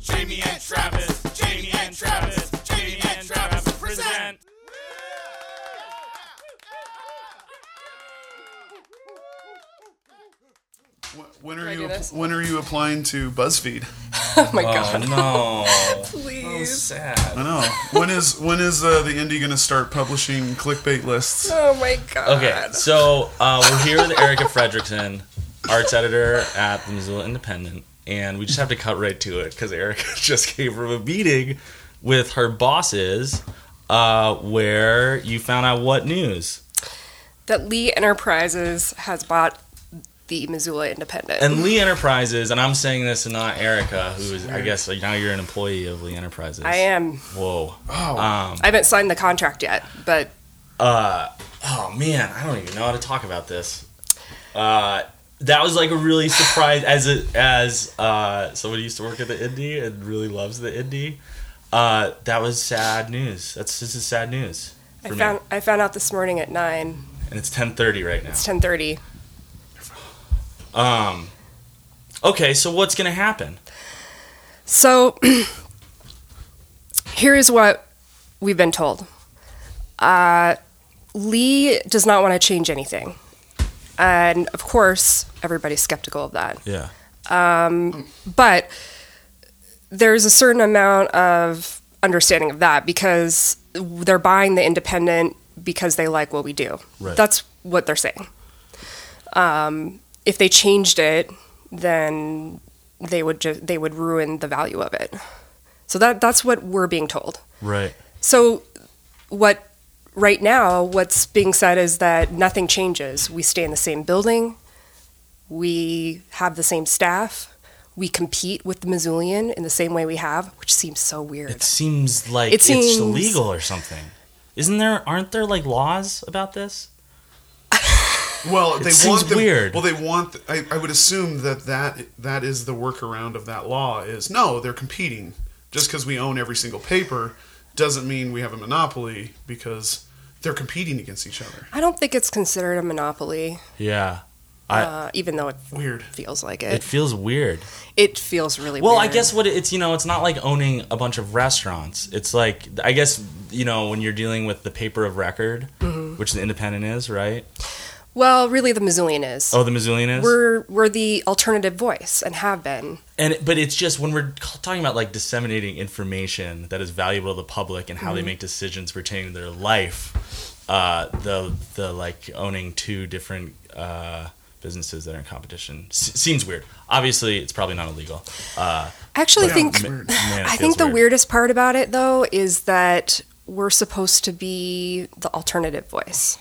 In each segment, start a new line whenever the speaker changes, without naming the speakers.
Jamie and Travis, Jamie and Travis, Jamie and Travis present.
Wh- When are
I
you
do this?
when are you applying to BuzzFeed?
Oh my
Oh
god.
no! So
Please.
I
sad.
know. when is when is uh, the indie gonna start publishing clickbait lists?
Oh my god.
Okay, so uh, we're here with Erica Fredrickson, arts editor at the Missoula Independent, and we just have to cut right to it because Erica just gave her a meeting with her bosses, uh, where you found out what news.
That Lee Enterprises has bought the Missoula Independent.
And Lee Enterprises, and I'm saying this and not Erica, who is, I guess, like, now you're an employee of Lee Enterprises.
I am.
Whoa.
Oh,
Um,
I haven't signed the contract yet, but
uh, oh man, I don't even know how to talk about this. Uh, that was like a really surprise as a, as uh, somebody who used to work at the indie and really loves the indie. Uh, that was sad news. That's this is sad news
I
for me.
found I found out this morning at nine.
and it's ten thirty right now.
It's ten thirty.
Um, okay, so what's gonna happen?
So here is what we've been told. Uh, Lee does not want to change anything. And of course, everybody's skeptical of that.
Yeah.
but there's a certain amount of understanding of that because they're buying the independent because they like what we do.
Right.
That's what they're saying. Um, if they changed it, then they would ju- they would ruin the value of it. So that that's what we're being told.
Right.
So what right now what's being said is that nothing changes. We stay in the same building. We have the same staff. We compete with the Missoulian in the same way we have, which seems so weird.
It seems like
It
it's
seems-
illegal or something. Isn't there? Aren't there like laws about this?
Well, they
seems
want them,
weird.
Well, they want. th- I, I would assume that, that that is the workaround of that law. Is no, they're competing. Just because we own every single paper doesn't mean we have a monopoly because they're competing against each other.
I don't think it's considered a monopoly,
Yeah. I-
uh, even though it
Weird.
feels like
It
it.
feels weird.
It feels really
Well,
weird.
I guess what it- it's you know, it's not like owning a bunch of restaurants. It's like I guess you know when you're dealing with the paper of record,
Mm-hmm.
which the Independent is, right?
Well, really, the Missoulian is.
Oh, the Missoulian is.
We're we're the alternative voice and have been.
and but it's just when we're c- talking about like disseminating information that is valuable to the public and how
Mm-hmm.
they make decisions pertaining to their life, uh, the the like owning two different uh, businesses that are in competition s- seems weird. Obviously, it's probably not illegal. Uh,
I actually
Yeah,
think
it's weird.
man, it
I
feels
think the
weird.
weirdest part about it, though, is that we're supposed to be the alternative voice.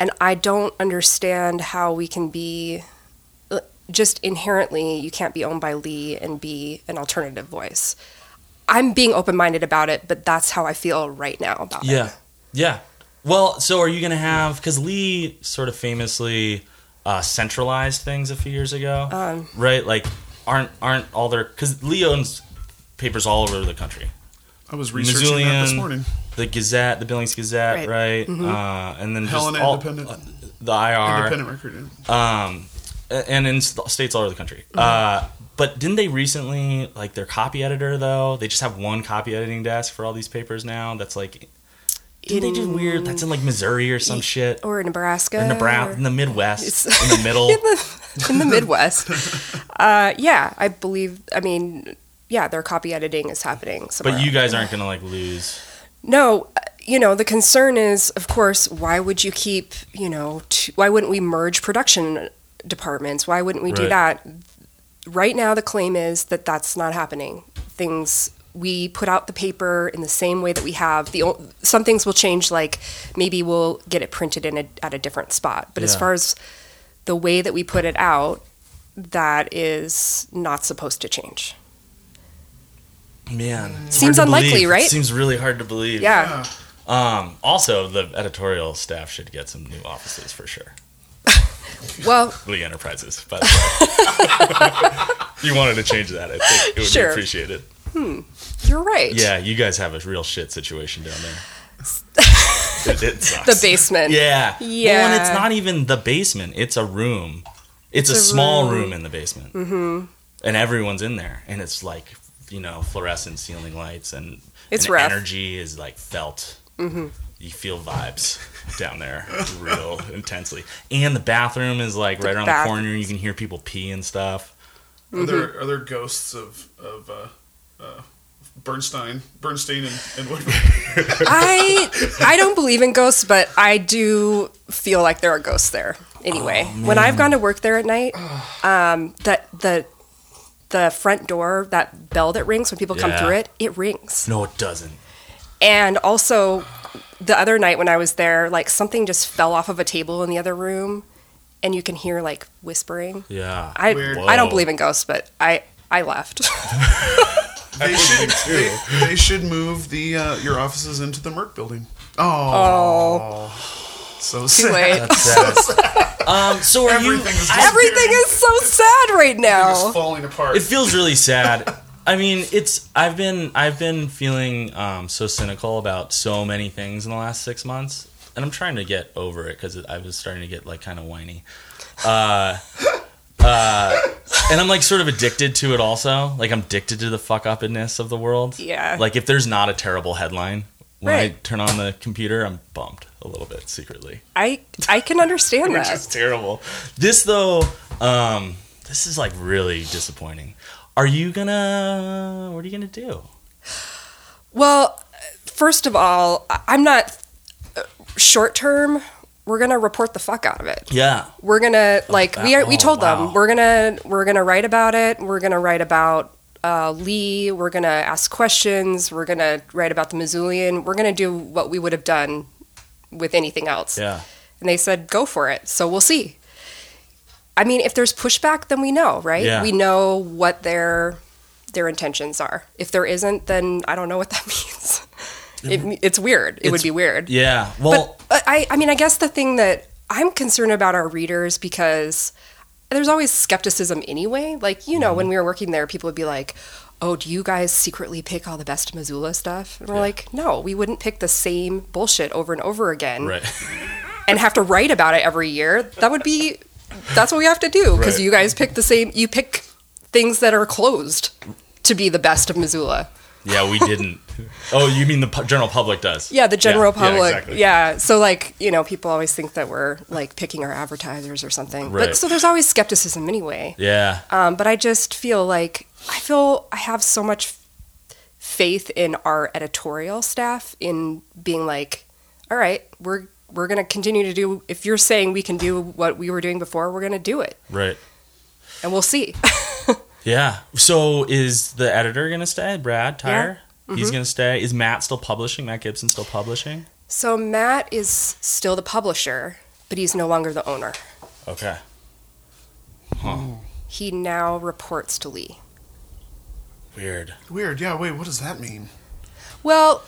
And I don't understand how we can be uh, just inherently, you can't be owned by Lee and be an alternative voice. I'm being open minded about it, but that's how I feel right now about it.
Yeah. Yeah. Well, so are you going to have, because Lee sort of famously uh, centralized things a few years ago,
Um.
right? Like, aren't aren't all their, because Lee owns papers all over the country.
I was researching that this
Missoulian,
morning.
The Gazette, the Billings Gazette, right?
Right.
Uh, and then just
Helena
all,
Independent.
uh, the IR
Independent record.
um, a- and in st- states all over the country.
Mm-hmm.
Uh, but didn't they recently like their copy editor though? They just have one copy editing desk for all these papers now. That's like, didn't they do weird? That's in like Missouri or some shit,
Or Nebraska.
or Nebraska, in the Midwest, in the middle.
in the, in the Midwest. uh, yeah, I believe, I mean, yeah, their copy editing is happening somewhere.
But you guys aren't gonna like lose.
No, uh, you know, the concern is, of course, why would you keep, you know, t- why wouldn't we merge production departments? Why wouldn't we do
Right.
that? Right now, the claim is that that's not happening. Things we put out the paper in the same way that we have. The o- some things will change, like maybe we'll get it printed in a, at a different spot. But as
Yeah.
far as the way that we put it out, that is not supposed to change.
Man, it's
Seems
hard to
unlikely,
believe.
right?
Seems really hard to believe.
Yeah,
Um, also, the editorial staff should get some new offices for sure.
well,
Lee Enterprises, by the way. If you wanted to change that. I think it would
Sure.
be appreciated.
you're right.
Yeah, you guys have a real shit situation down there. it, it sucks.
the basement.
Yeah.
Yeah.
Well, and it's not even the basement. It's a room. It's,
It's
a,
a
small
room.
room. in the basement. Mm-hmm. And everyone's in there, and it's like you know fluorescent ceiling lights and
It's
and
rough. Mm-hmm.
energy is like felt. You feel vibes down there real intensely, and the bathroom is like right around
bath-
the corner. You can hear people pee and stuff.
Are there are there ghosts of of uh, uh, Bernstein, Bernstein, and, and Woodward?
I I don't believe in ghosts, but I do feel like there are ghosts there. Anyway,
Oh,
when I've gone to work there at night, um, that the the front door, that bell that rings when people
Yeah.
come through it, it rings.
No, it doesn't.
And also, the other night when I was there, like something just fell off of a table in the other room, and you can hear like whispering.
Yeah,
I
Weird.
I don't
Whoa.
believe in ghosts, but I I left.
They should they, they should move the uh, your offices into the Merck building. Oh, so
Too
sad.
late.
that's sad. um, so are you?
Everything is
I-
Everything is so sad right
It's
now.
falling apart.
it feels really sad. I mean, it's I've been I've been feeling um, so cynical about so many things in the last six months, and I'm trying to get over it because I was starting to get like kind of whiny, uh, uh, and I'm like sort of addicted to it. Also, like I'm addicted to the fuck upness of the world.
Yeah.
Like if there's not a terrible headline when I
Right.
turn on the computer, I'm bummed a little bit secretly
I I can understand
which is
that.
terrible. This though, um, this is like really disappointing. Are you gonna? What are you gonna do?
Well, first of all, I- I'm not short term. We're gonna report the fuck out of it.
Yeah,
We're gonna like we are, we
oh,
told
wow.
them we're gonna we're gonna write about it. We're gonna write about uh, Lee. We're gonna ask questions. We're gonna write about the Missoulian. We're gonna do what we would have done with anything else.
yeah,
And they said go for it. So we'll see. I mean, if there's pushback, then we know, right?
Yeah.
We know what their their intentions are. If there isn't, then I don't know what that means. It, it's weird. It would
It's-
be weird.
yeah. Well,
But uh, I, I mean, I guess the thing that I'm concerned about our readers because there's always skepticism anyway. Like, you
Mm-hmm.
know, when we were working there, people would be like, oh, do you guys secretly pick all the best Missoula stuff? And we're like, no, we wouldn't pick the same bullshit over and over again
right.
and have to write about it every year. That would be, that's what we have to do because
Right.
you guys pick the same, you pick things that are closed to be the best of Missoula.
yeah, we didn't. Oh, you mean the pu- general public does?
Yeah, the general
Yeah, yeah,
public. Yeah,
exactly.
So like, you know, people always think that we're like picking our advertisers or something.
Right.
But so there's always skepticism anyway.
Yeah.
Um, but I just feel like I feel I have so much faith in our editorial staff in being like, all right, we're we're gonna continue to do. If you're saying we can do what we were doing before, we're gonna do it,
Right.
and we'll see.
Yeah. So is the editor gonna stay? Brad Tyre.
Mm-hmm.
He's gonna stay. Is Matt still publishing? Matt Gibson still publishing?
so Matt is still the publisher, but he's no longer the owner.
Okay.
He now reports to Lee.
Weird.
Weird. Yeah. Wait. What does that mean?
Well,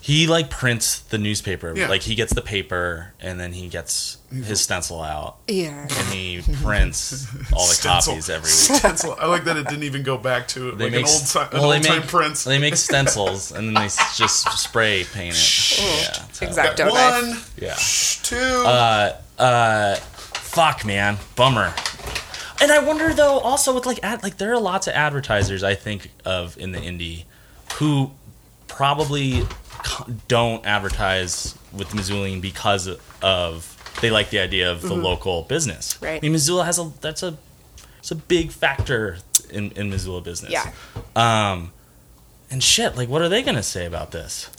He like prints the newspaper.
Yeah.
Like he gets the paper and then he gets his stencil out
yeah.
and he prints all the
Stencil.
copies every week.
Stencil. I like that it didn't even go back to like an old time, an
well, they
old time
make-
prince.
They make stencils and then they s- just spray paint it. Yeah, so-
Exacto knife.
One,
Yeah.
two.
Uh, uh, fuck, man, bummer. And I wonder though, also with like ad, like there are lots of advertisers I think of in the indie who probably co- don't advertise with Missoulian because of they like the idea of the local business.
Mm-hmm. Right.
I mean, Missoula has a that's a it's a big factor in in Missoula business.
Yeah.
Um, and shit, like, what are they gonna say about this?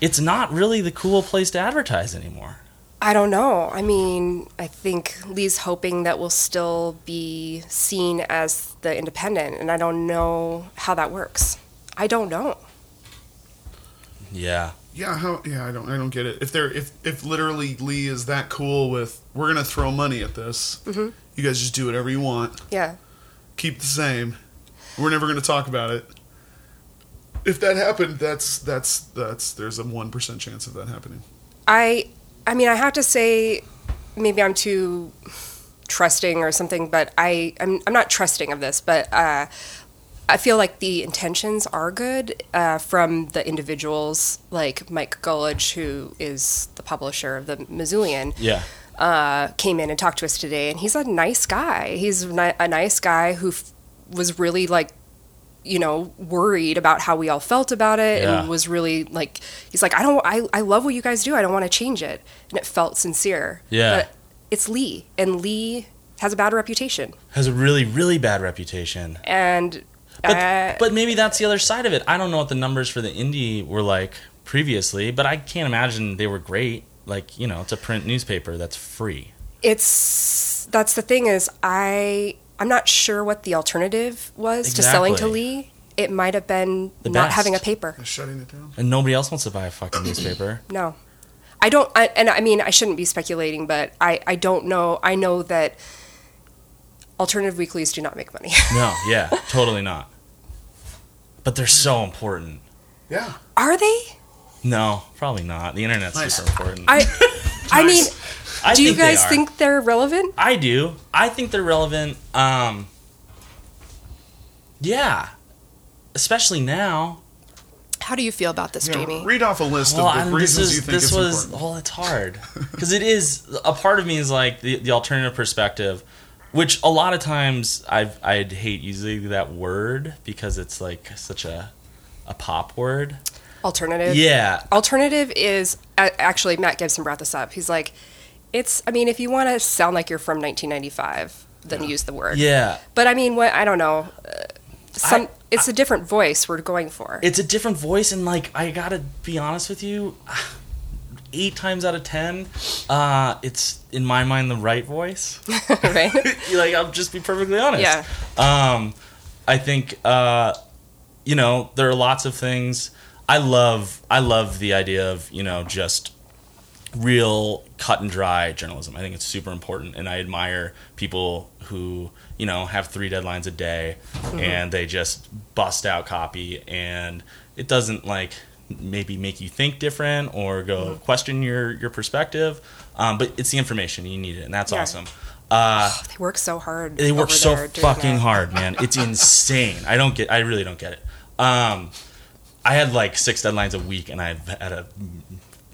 It's not really the cool place to advertise anymore.
I don't know. I mean, I think Lee's hoping that we'll still be seen as the independent, and I don't know how that works. I don't know.
Yeah.
Yeah, how? Yeah, I don't, I don't get it. If they're, if, if literally Lee is that cool with, we're gonna throw money at this.
Mm-hmm.
You guys just do whatever you want.
Yeah.
Keep the same. We're never gonna talk about it. If that happened, that's that's that's there's a one percent chance of that happening.
I I mean, I have to say maybe I'm too trusting or something, but I I'm I'm not trusting of this, but uh I feel like the intentions are good uh, from the individuals like Mike Gullidge, who is the publisher of the Missoulian.
Yeah.
uh, came in and talked to us today, and he's a nice guy. He's ni- a nice guy who f- was really like you know, worried about how we all felt about it
Yeah.
and was really like, he's like, I don't, I, I love what you guys do. I don't want to change it. And it felt sincere.
Yeah.
But it's Lee, and Lee has a bad reputation.
Has a really, really bad reputation.
And
But,
uh,
but maybe that's the other side of it. I don't know what the numbers for the indie were like previously, but I can't imagine they were great. Like, you know, it's a print newspaper that's free.
it's, that's the thing is, I, I'm not sure what the alternative was to selling to
Exactly.
Lee. It might have been
The
not
best.
having a paper.
shutting it down.
And nobody else wants to buy a fucking newspaper.
No. I don't, I, and I mean, I shouldn't be speculating, but I, I don't know. I know that alternative weeklies do not make money.
No, yeah, totally not. But they're so important.
Yeah.
Are they?
No, probably not. The internet's
Nice.
super important.
I, I mean,
I
do you
they
guys
are.
think they're relevant?
I do. I think they're relevant. Um, yeah, especially now.
How do you feel about this,
Yeah,
Jamie?
read off a list
Well, I
of
mean,
the
this
reasons
is
you think
this
it's
was
important.
well, it's hard because it is a part of me is like the, the alternative perspective, which a lot of times I've I hate using that word because it's like such a a pop word.
Alternative.
Yeah,
Alternative is a- actually Matt Gibson brought this up. He's like, it's. I mean, if you want to sound like you're from 1995, then use the word.
yeah.
But I mean, what I don't know. Uh, some it's a different voice we're going for.
it's a different voice and like i gotta be honest with you eight times out of ten uh it's in my mind the right voice
right?
like i'll just be perfectly honest
Yeah.
um i think uh you know there are lots of things i love i love the idea of you know just real cut and dry journalism i think it's super important and i admire people who you know have three deadlines a day and they just bust out copy and it doesn't like maybe make you think different or go question your your perspective um, but it's the information you need it and that's
Yeah.
awesome uh,
They work so hard.
they work
over
so
there doing
fucking
that.
hard, man. It's insane. I don't get. I really don't get it. Um, I had like six deadlines a week, and I've had a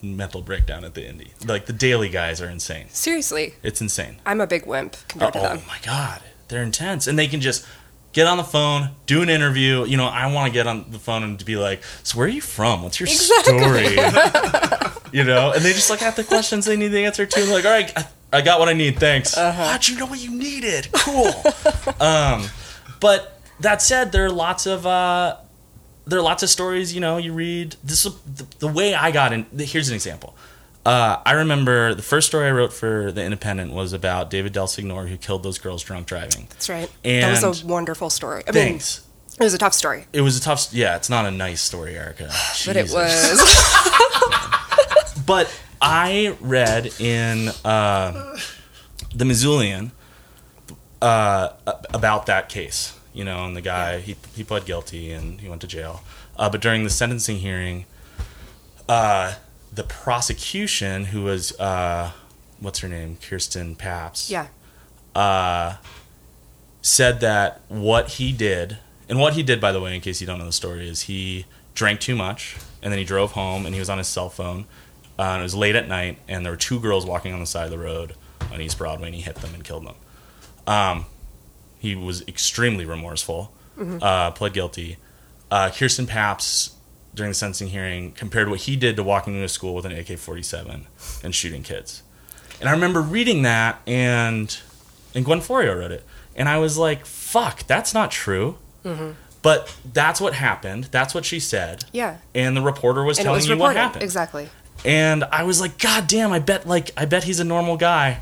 mental breakdown at the indie. Like the daily guys are insane.
Seriously,
It's insane.
I'm a big wimp compared to
oh
them.
my god, they're intense, and they can just get on the phone, do an interview. You know, I want to get on the phone and to be like, "So where are you from? What's your story?" you know, and they just like have the questions they need the answer to. like, all right, I, I got what I need. Thanks. How'd you know what you needed? Cool. um, but that said, there are lots of. Uh, there are lots of stories, you know, you read. This is the, the way I got in. Here's an example. Uh, I remember the first story I wrote for The Independent was about David Del Signore who killed those girls drunk driving.
That's right. that was
And-
a wonderful story. I mean,
Thanks.
it was a tough story,
It was a tough. s- Yeah, it's not a nice story, Erica.
but it
Jesus.
was.
But I read in uh, the Missoulian uh, a- about that case, you know, and the guy he he pled guilty and he went to jail. Uh, but during the sentencing hearing, uh, the prosecution, who was uh, what's her name, Kirsten Paps,
yeah.
uh, said that what he did, and what he did, by the way, in case you don't know the story, is he drank too much and then he drove home and he was on his cell phone. Uh, and it was late at night, and there were two girls walking on the side of the road on East Broadway, and he hit them and killed them. Um, he was extremely remorseful,
Mm-hmm.
uh, pled guilty. Uh, Kirsten Paps, during the sentencing hearing, compared what he did to walking into school with an AK 47 and shooting kids. And I remember reading that, and and Gwen Florio wrote it. And I was like, fuck, that's not true. But that's what happened. That's what she said.
Mm-hmm. Yeah.
And the reporter was
And it
telling
was
you
reported.
what happened.
Exactly.
And I was like, God damn, I bet like I bet he's a normal guy.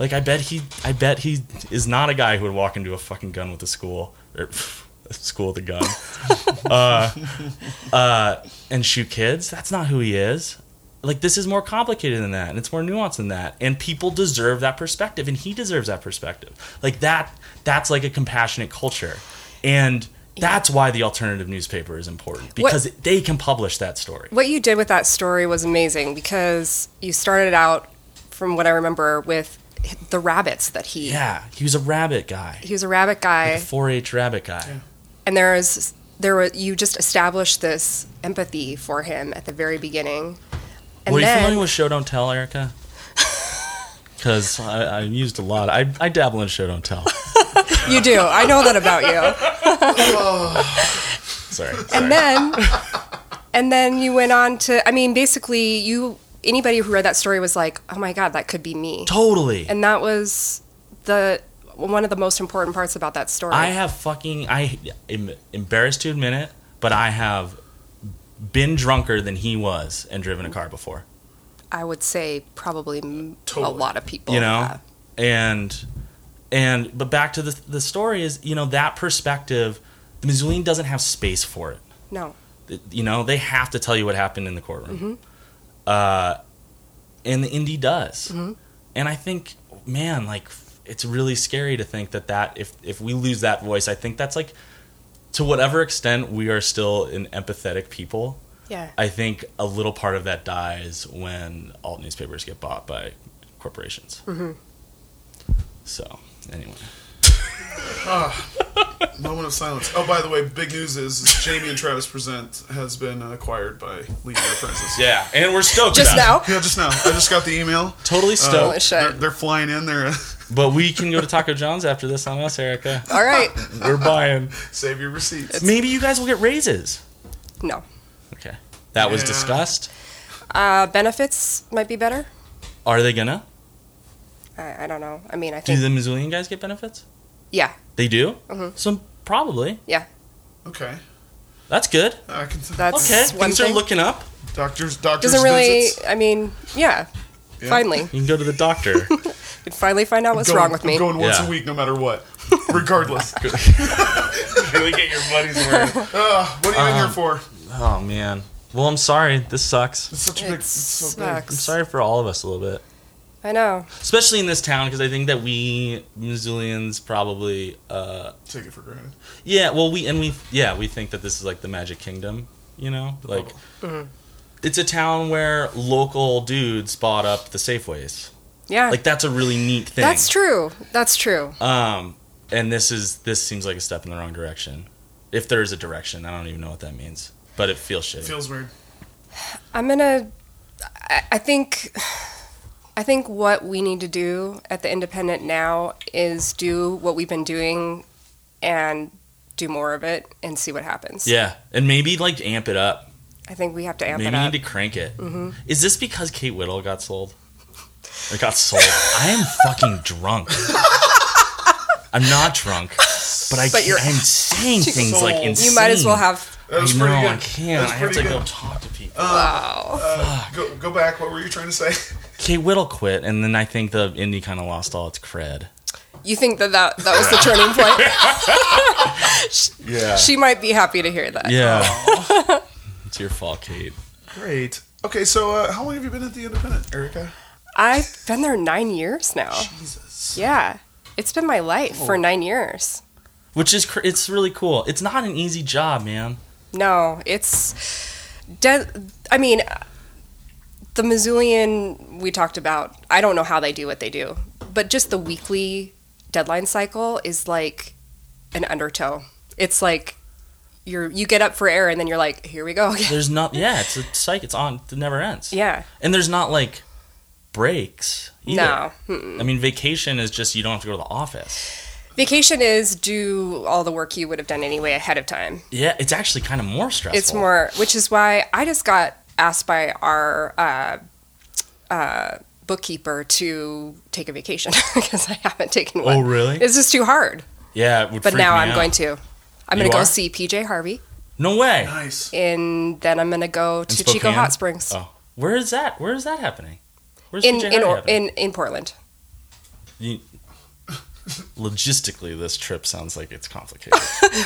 Like I bet he I bet he is not a guy who would walk into a fucking gun with a school or a school with a gun. uh, uh, and shoot kids. That's not who he is. Like this is more complicated than that and it's more nuanced than that. And people deserve that perspective and he deserves that perspective. Like that that's like a compassionate culture. And that's why the alternative newspaper is important because they can publish that story.
What you did with that story was amazing because you started out, from what I remember, with the rabbits that he.
Yeah, he was a rabbit guy.
He was a rabbit guy,
a 4-H rabbit guy.
and there was there was you just established this empathy for him at the very beginning. And
Were you
then,
familiar with Show Don't Tell, Erica? Because I, I used a lot. I, I dabble in Show Don't Tell.
You do. I know that about you.
Sorry. sorry.
And then, and then you went on to. I mean, basically, you anybody who read that story was like, "Oh my god, that could be me,"
totally.
and that was the one of the most important parts about that story.
I have fucking I am embarrassed to admit it, but I have been drunker than he was and driven a car before.
I would say probably m a
Totally.
lot of people.
you know
have.
and and but back to the the story is you know that perspective the Missoulian doesn't have space for it
no,
Th- you know they have to tell you what happened in the courtroom
Mm-hmm.
uh, and the indie does
Mm-hmm.
and i think man like it's really scary to think that that if if we lose that voice i think that's like to whatever extent we are still an empathetic people
yeah,
i think a little part of that dies when alt newspapers get bought by corporations
Mm-hmm.
so anyway
Moment of silence. Oh, by the way, big news is Jamie and Travis Present has been acquired by Lee Francis.
yeah and we're stoked
just
about it.
now.
Yeah, just now. I just got the email.
totally
Holy
stoked
shit.
They're, they're flying in. They're
Oh.
but we can go to taco john's after this on us erica
All right,
we're buying
save your receipts.
Maybe you guys will get raises.
no.
Okay. That was
Yeah.
discussed.
Uh, benefits might be better.
Are they gonna?
I, I don't know. I mean, I
Do
think
the Missoulian guys get benefits?
Mm. yeah,
They do?
Mhm.
So probably.
Okay,
That's good.
I can. That
that's
Okay.
one
Things
thing.
are looking up.
doctors, doctors
Doesn't really.
visits.
I mean, yeah.
Yeah.
Finally,
You can go to the doctor.
you finally find out what's
Going-
wrong with me.
I'm going once
Yeah.
a week, no matter what, regardless.
really get your money's worth.
Uh, what are you in here for?
Oh man. Well, I'm sorry. This sucks.
It's such a
It
big. It's so big.
I'm
sucks.
sorry for all of us a little bit,
I know.
especially in this town, because I think that we Missoulians probably, uh,
Take it for granted.
yeah. Well, we and we, yeah, we think that this is like the Magic Kingdom. You know, like it's a town where local dudes bought up the Safeways.
Yeah,
like that's a really neat thing.
that's true. That's true.
Um, and this is this seems like a step in the wrong direction. If there is a direction, I don't even know what that means, but it feels shitty.
It feels weird.
I'm gonna. I, I think. I think what we need to do at the Independent now is do what we've been doing, and do more of it and see what happens.
yeah, and maybe like amp it up.
I think we have to amp
maybe
it
you
up. Mm-hmm.
need to crank it. Is this because Kate Whittle got sold? It got sold. I am fucking drunk. I'm not drunk, but I
But you're-
I'm saying things like
Sold.
insane.
you might as well have.
That was
I know
pretty good.
I can't.
That was
I have to
pretty
go
good.
talk to people.
Wow.
Uh, go, go back. What were you trying to say?
Kate Whittle quit, and then I think the indie kind of lost all its cred.
You think that that, that was the turning point?
Yeah.
she might be happy to hear that.
Yeah. it's your fault, Kate.
Great. Okay, so uh, how long have you been at the Independent, Erica?
I've been there nine years now.
Jesus.
Yeah. It's been my life for
Oh.
nine years.
Which is cr- it's really cool. It's not an easy job, man.
No, it's. De- I mean, the Missoulian we talked about, I don't know how they do what they do, but just the weekly deadline cycle is like an undertow. It's like you're, you get up for air and then you're like, here we go again.
There's not yeah, it's a psych. It's on. It never ends.
Yeah.
And there's not like breaks either.
No. Mm-mm.
I mean, vacation is just you don't have to go to the office.
Vacation is do all the work you would have done anyway ahead of time.
Yeah, it's actually kind of more stressful.
It's more, which is why I just got asked by our uh, uh, bookkeeper to take a vacation because I haven't taken one.
Oh, really?
It's just too hard.
Yeah, it would
But
freak
now
me
I'm
out.
going to. I'm
You
going to go
are?
see PJ Harvey,
No way.
Nice.
and then I'm going to go to Chico
Spokane?
Hot Springs
Oh, where is that? Where is that happening? Where's
in
PJ
in,
Harvey
or,
happening?
in in Portland.
You- Logistically, this trip sounds like it's complicated.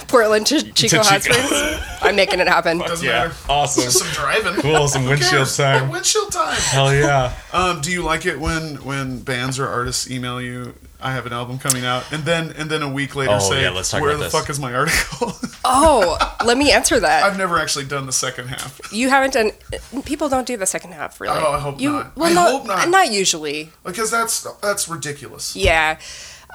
Portland to Chico Hot
Chico.
Springs. I'm making it happen.
Doesn't matter. Just
awesome,
some driving.
cool, some
Who cares?
windshield time.
Windshield time.
Hell yeah.
Um, do you like it when when bands or artists email you? I have an album coming out, and then and then a week later
Oh,
say,
yeah, let's talk
"Where
about
the
this."
fuck is my article?"
Oh, let me answer that.
I've never actually done the second half.
You haven't done. People don't do the second half, really.
Oh, I hope
you,
not.
Well,
I
no,
hope not.
Not usually.
because that's that's ridiculous.
Yeah.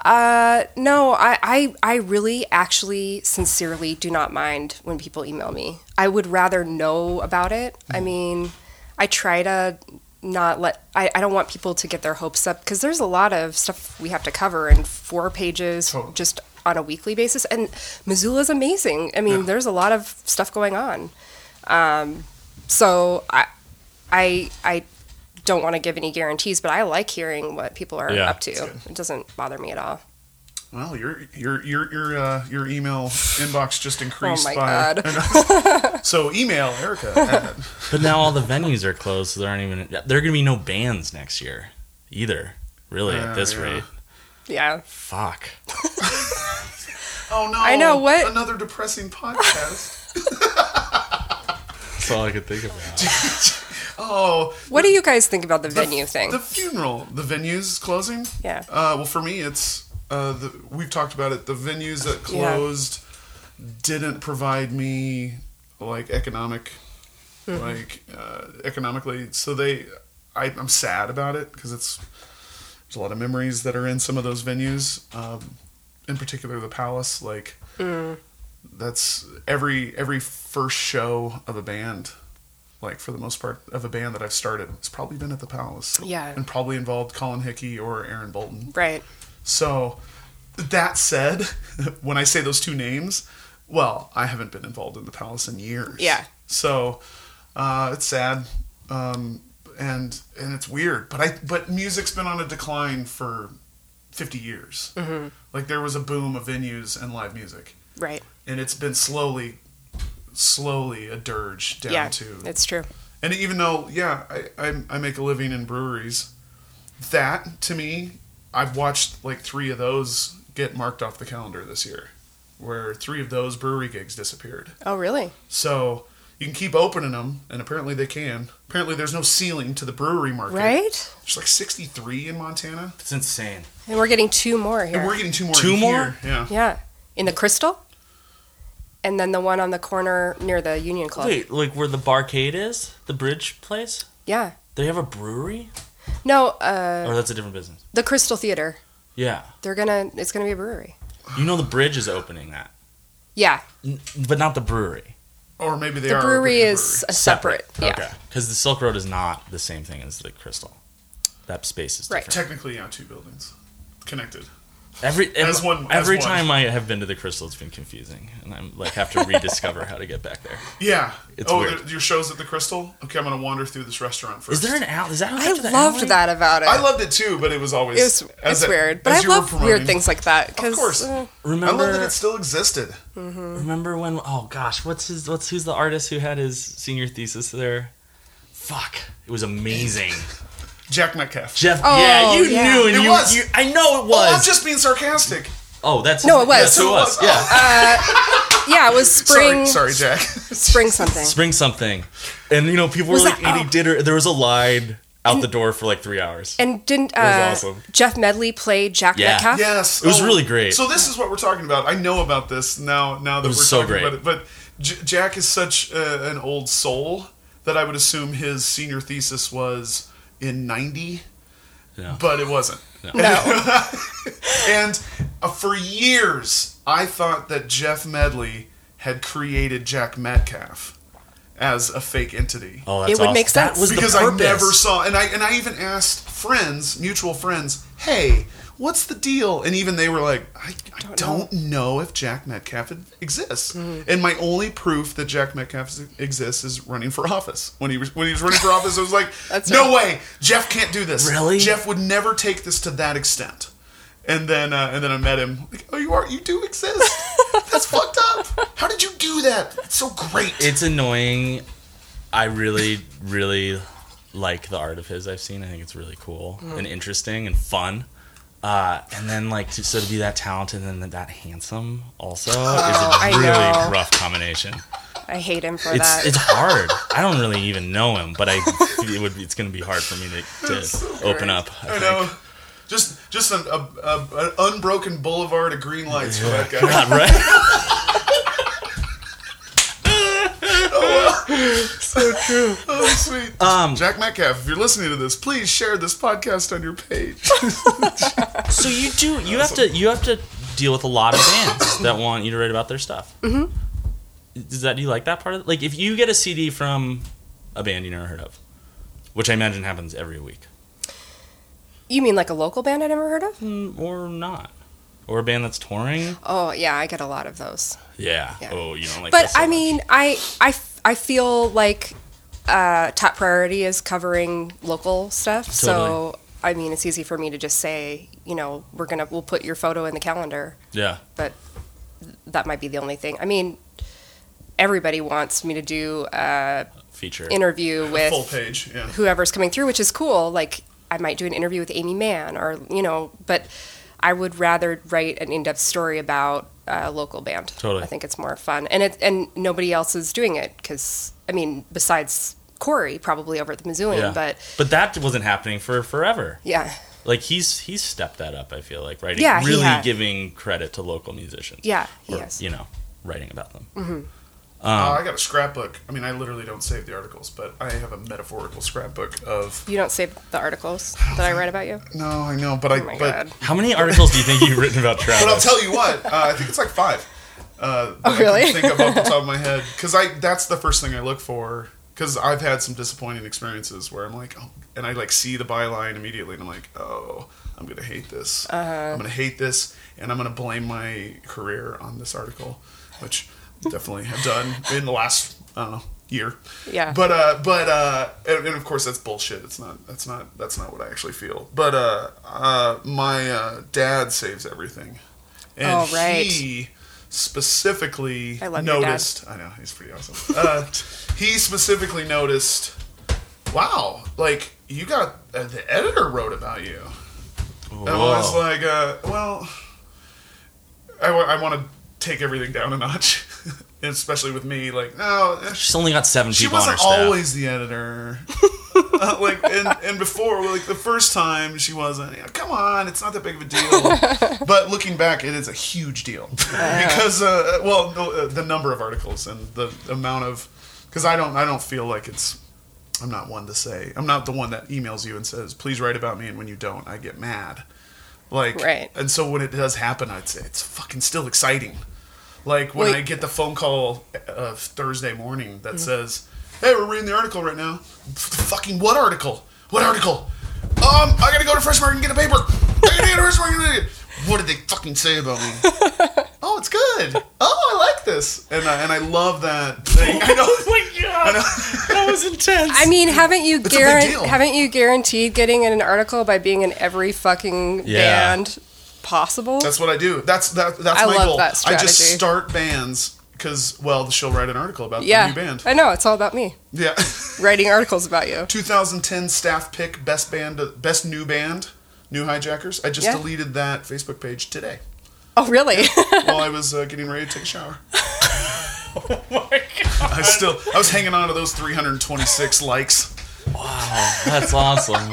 Uh, no, I, I, I really actually sincerely do not mind when people email me. I would rather know about it. I mean, I try to not let, I, I don't want people to get their hopes up because there's a lot of stuff we have to cover in four pages,
Totally.
just on a weekly basis. And Missoula's amazing. I mean, there's a lot of stuff going on. Um, so I, I, I don't want to give any guarantees, but I like hearing what people are
Yeah.
up to. It doesn't bother me at all.
Well, your your your your uh, your email inbox just
Oh
increased
my
by.
god.
So email Erica. at-
But now all the venues are closed, so there aren't even. There are going to be no bands next year either, really,
Oh,
at this
yeah.
rate.
yeah.
Fuck.
oh no!
I know, what-
Another depressing podcast.
That's all I could think about.
Oh,
What do you guys think about the
the-
venue thing?
The funeral. The venues closing.
Yeah.
Uh, well, for me, it's uh, the, we've talked about it. The venues that
Yeah.
closed didn't provide me like economic,
Mm-hmm.
like uh, economically. So they, I, I'm sad about it because it's there's a lot of memories that are in some of those venues. Um, in particular, the Palace. Like
Mm.
that's every every first show of a band. Like for the most part of a band that I've started, it's probably been at the Palace.
Yeah.
and probably involved Colin Hickey or Aaron Bolton.
right.
So, that said, when I say those two names, well, I haven't been involved in the palace in years.
Yeah.
So, uh, it's sad, um, and and it's weird. But I but music's been on a decline for fifty years.
Mm-hmm.
Like there was a boom of venues and live music,
Right.
and it's been slowly, slowly a dirge down
yeah.
to
It's true.
and even though, yeah, I, I, I make a living in breweries, that to me, I've watched like three of those get marked off the calendar this year, where three of those brewery gigs disappeared.
Oh, really?
So you can keep opening them, and apparently they can. Apparently, there's no ceiling to the brewery market.
Right?
There's like 63 in Montana,
It's insane.
And we're getting two more here.
and we're getting two more.
Two
in
more?
Here. Yeah.
Yeah. In the Crystal? And then the one on the corner near the Union Club.
Wait, like where the barcade is, the bridge place?
Yeah.
They have a brewery,
No, uh,
or that's a different business.
the Crystal Theater.
Yeah,
They're gonna. It's gonna be a brewery.
you know the bridge is opening that,
Yeah,
N- but not the brewery.
Or maybe they
the
are.
brewery
opening a
is a separate. Yeah,
Because the Silk Road is not the same thing as the Crystal. That space is
Right.
different.
Technically, yeah, two buildings connected.
Every
As
ev-
one- as
every
one.
time I have been to the Crystal, it's been confusing, and I'm like have to rediscover how to get back there.
Yeah.
It's
oh,
weird.
there- your show's at the Crystal? Okay, I'm going to wander through this restaurant first.
Is there an alley? Is that
I loved that about it.
I loved it too, but it was always
it was,
as
it's
a-
weird, but I
as you were
love weird
promoting.
things like that. 'cause,
Of course,
uh,
I
Remember,
love that it still existed.
remember when? Oh gosh, what's his? What's who's the artist who had his senior thesis there? Fuck, it was amazing.
Jack Metcalf.
Jeff,
Oh,
yeah, you
yeah.
knew, and
It
you,
was.
you, I know it was.
Well, I'm just Oh, being sarcastic.
oh, that's
No, it was.
Yes, it was. Yeah,
uh, yeah, it was spring.
Sorry, sorry, Jack.
Spring something.
spring something, and you know people
Was
were like
that-
eating
oh.
dinner. There was a line out the door for like three hours.
And didn't uh,
was awesome.
Jeff Medley play Jack
Yeah.
Metcalf?
yes, Oh,
It was really great.
So this is what we're talking about. I know about this now. Now that
was
we're
so
talking
great.
about it, but J- Jack is such uh, an old soul that I would assume his senior thesis was in '90,
Yeah.
but it wasn't.
No,
And uh, for years, I thought that Jeff Medley had created Jack Metcalf as a fake entity.
Oh,
It would make
That
sense.
was the
because I never
purpose.
saw, and I and I even asked friends, mutual friends, hey, what's the deal? And even they were like, I, I don't, know. if Jack Metcalf e- exists.
Mm-hmm.
And my only proof that Jack Metcalf s- exists is running for office. When he was when he was running for office, I was like,
That's
no
right.
way, Jeff can't do this.
Really?
Jeff would never take this to that extent. And then uh, and then I met him. Like, oh, you are you do exist. That's fucked up. How did you do that? It's so great.
It's annoying. I really, really like the art of his I've seen. I think it's really cool
Mm-hmm.
and interesting and fun. Uh, and then, like, to, so to be that talented and then that handsome also
Oh, I
is a really
know.
rough combination.
I hate him for
It's
that.
it's hard. I don't really even know him, but I it would it's going to be hard for me to, to open up.
I
I, think.
know. Just just an, a, a, an unbroken boulevard of green lights for that guy.
God, right?
Oh, sweet.
Um,
Jack Metcalf, if you're listening to this, please share this podcast on your page.
So you do you have to you have to deal with a lot of bands that want you to write about their stuff. Mm-hmm. Does that do you like that part of it? Like if you get a CD from a band you never heard of, which I imagine happens every week
you mean like a local band I never heard of?
Mm, or not. or a band that's touring.
Oh yeah, I get a lot of those.
Yeah.
Yeah.
Oh, you don't like.
but
this so
I
much.
mean, I, I f- I feel like uh, top priority is covering local stuff. So
Totally.
I mean, it's easy for me to just say, you know, we're gonna we'll put your photo in the calendar.
yeah.
That might be the only thing. I mean, everybody wants me to do an
Feature.
interview with
Full page, yeah.
whoever's coming through, which is cool. Like I might do an interview with Amy Mann, or you know, but I would rather write an in-depth story about a local band.
Totally.
I think it's more fun, and it and nobody else is doing it because I mean, besides Corey, probably over at the Missoulian,
yeah.
but
but that wasn't happening for forever.
yeah,
Like he's he's stepped that up. I feel like writing.
Yeah, he
Really
has.
giving credit to local musicians.
yeah, Mm.
Or,
yes,
You know, writing about them. Um,
Uh, I got a scrapbook. I mean, I literally don't save the articles, but I have a metaphorical scrapbook of.
you don't save the articles that I write about you.
No, I know, but I.
Oh my
but,
god.
How many articles do you think you've written about Travis?
But I'll tell you what. Uh, I think it's like five. Uh, that I can
really?
think of off the top of my head because I that's the first thing I look for because I've had some disappointing experiences where I'm like, oh, and I like see the byline immediately and I'm like, oh, I'm gonna hate this.
Uh-huh.
I'm gonna hate this, and I'm gonna blame my career on this article, which definitely have done in the last I don't know year.
Yeah.
But uh, but uh, and, and of course that's bullshit. It's not. That's not. That's not what I actually feel. But uh, uh, my uh, dad saves everything, and
Oh, right.
he specifically
I love your dad.
noticed. I know he's pretty awesome. uh, he specifically noticed. Wow, like you got uh, the editor wrote about you. And I was
Whoa.
like, uh, well, I want to take everything down a notch, especially with me. Like, no, eh,
She's only got seven
she
people on her
wasn't
staff.
always the editor. Uh, like and, and before, like the first time she wasn't. Yeah, Come on, it's not that big of a deal. but looking back, it is a huge deal because uh, well, the, uh, the number of articles and the amount of because I don't I don't feel like it's I'm not one to say I'm not the one that emails you and says please write about me and when you don't I get mad like
Right.
and so when it does happen I'd say it's fucking still exciting like when
Wait. Mm.
I get the phone call uh, Thursday morning that says, "Hey, we're reading the article right now." Fucking what article? What article? Um, I gotta go to Fresh Market and get a paper. I gotta go to Fresh Market. and get a-" What did they fucking say about me? oh, it's good. Oh, I like this, and I, and I love that. Thing. I know.
my god, that was intense.
I mean, haven't you
a big
guaran-
deal.
haven't you guaranteed getting in an article by being in every fucking
Yeah.
band possible?
That's what I do. That's that. That's
I
my
love
goal.
that
I just
strategy.
start bands because well, she'll write an article about
yeah,
the new band.
I know it's all about me
yeah.
writing articles about you.
2010 staff pick best band best new band new hijackers i just
Yeah.
deleted that facebook page today
Oh, really?
while i was uh, getting ready to take a shower i still i was hanging on to those 326 likes
Oh, That's awesome.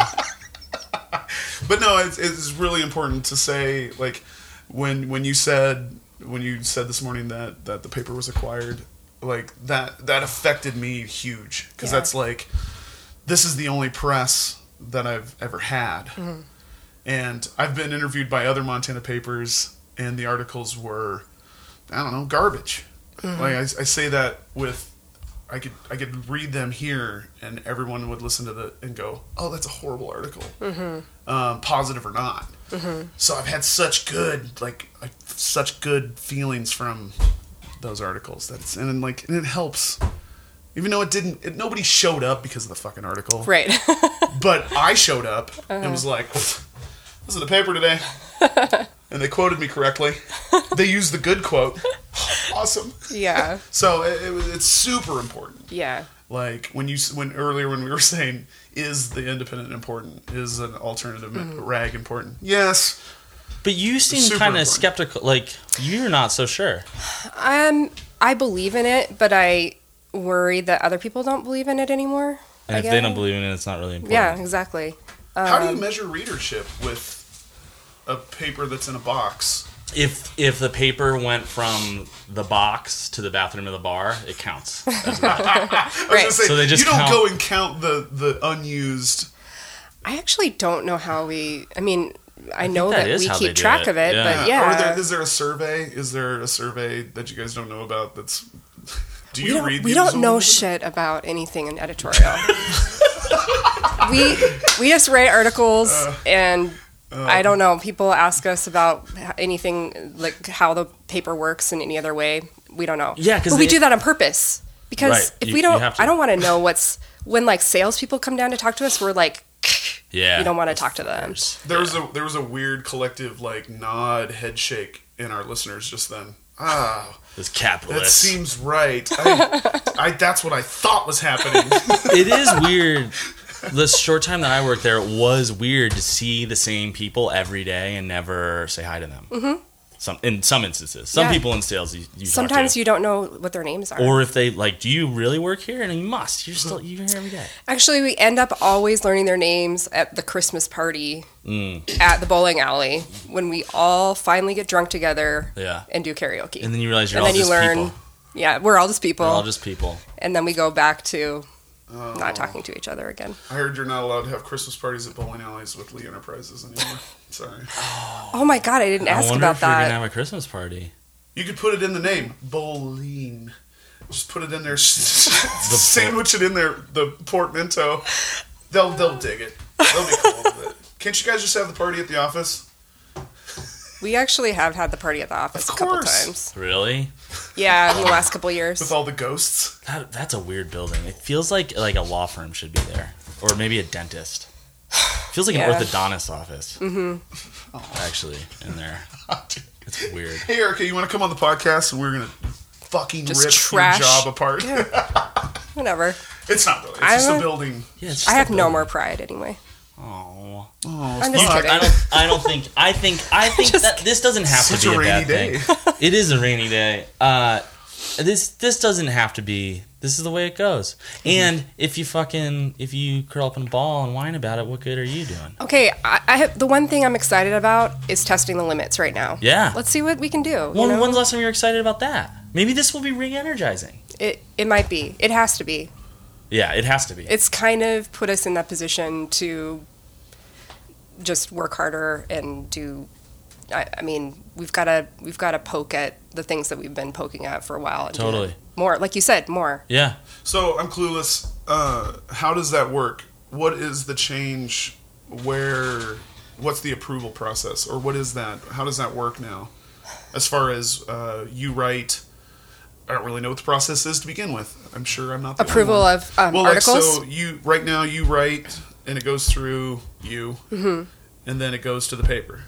but no it's, it's really important to say like when when you said when you said this morning that that the paper was acquired like that that affected me huge because
Yeah.
that's like this is the only press that i've ever had and i've been interviewed by other montana papers and the articles were i don't know garbage like I, I say that with I could I could read them here, and everyone would listen to the and go, "Oh, that's a horrible article, um, positive or not." So I've had such good like I- such good feelings from those articles. That's and then, like and it helps, even though it didn't. It, nobody showed up because of the fucking article,
right.
but I showed up and was like, "This is in the paper today," and they quoted me correctly. They used the good quote. awesome.
yeah.
So it, it, was- it's super important
Yeah.
like when you when earlier when we were saying is the independent important is an alternative ma-
Mm-hmm.
rag important yes
But you seem
Super
kind of
important.
skeptical. Like you're not so sure.
Um, I believe in it, but I worry that other people don't believe in it anymore.
And
I
if
guess.
they don't believe in it, it's not really important.
yeah, exactly.
how
Um,
do you measure readership with a paper that's in a box
If if the paper went from the box to the bathroom of the bar, it counts.
I was gonna say,
So they just
you don't
count-
go and count the the unused
I actually don't know how we. I mean, I, know
that
that,
is
we
how they
keep
do
track
it.
of it,
Yeah.
but
Or
yeah,
there, is there a survey is there a survey that you guys don't know about that's do
we
you
don't,
read
we
the
don't know
Observer?
shit about anything in
Uh,
editorial. we we just write articles and I don't know. People ask us about anything like how the paper works in any other way. We don't know.
Yeah, 'cause
But we
they-
do that on purpose because
Right.
if
You-
we
you
don't,
have to.
I don't want to know what's when like salespeople come down to talk to us. We're like,
Yeah.
we don't want to talk to them.
There was a there was a weird collective like nod head shake in our listeners just then. Ah,
Those
that
capitalists.
seems right. I, I that's what I thought was happening.
it is weird. The short time that I worked there it was weird to see the same people every day and never say hi to them. Mm-hmm. Some in some instances, some
Yeah.
people in sales you, you
Sometimes
talk to.
you don't know what their names are.
or if they like, do you really work here? And you must. You're still you're here every day.
Actually, we end up always learning their names at the Christmas party at the bowling alley when we all finally get drunk together
Yeah.
and do karaoke.
And then you realize you're all
And then you
just
learn
people.
Yeah, we're all just people.
We're all just people.
and then we go back to not talking to each other again.
I heard you're not allowed to have Christmas parties at bowling alleys with Lee Enterprises anymore. Sorry.
Oh my god, I didn't
I
ask
wonder
about
if we're gonna
that.
have a Christmas party.
You could put it in the name bowling. Just put it in there. sandwich it in there. The portmanteau. They'll they'll dig it. They'll be cool with it. Can't you guys just have the party at the office?
We actually have had the party at the office
Of
a couple
course.
times.
Really?
Yeah, in the last couple
With
years.
all the ghosts.
That, that's a weird building. It feels like like a law firm should be there, or maybe a dentist. feels like
Yeah.
an orthodontist office. Mm-hmm. Actually, in there, it's weird.
Hey Erica, you want to come on the podcast and we're gonna fucking
Just
rip
trash-
your job apart?
Whatever.
it's not really. It's
I'm
just a
a-
building.
Yeah, it's just
I have
a
no
building.
more pride anyway.
Aw.
I'm just
I
kidding.
don't. I don't think. I think. I think that this doesn't have
Such
to be
a
a,
rainy
bad
day.
thing. It is a rainy day. Uh, this this doesn't have to be. This is the way it goes. And if you fucking if you curl up in a ball and whine about it, what good are you doing?
Okay, I, I have, the one thing I'm excited about is testing the limits right now.
Yeah.
Let's see what we can do. you
When,
know?
when's the last time you were excited about that? Maybe this will be re-energizing.
It it might be. It has to be.
Yeah, it has to be.
It's kind of put us in that position to just work harder and do. I, I mean, we've got to we've got to poke at the things that we've been poking at for a while. and do
Totally.
More, like you said, more.
Yeah.
So I'm clueless. Uh, how does that work? What is the change? Where? What's the approval process, or what is that? How does that work now? As far as uh, you write, I don't really know what the process is to begin with. I'm sure I'm not the only
Approval
one.
of um,
well,
articles.
like so you right now you write and it goes through you,
Mm-hmm.
and then it goes to the paper,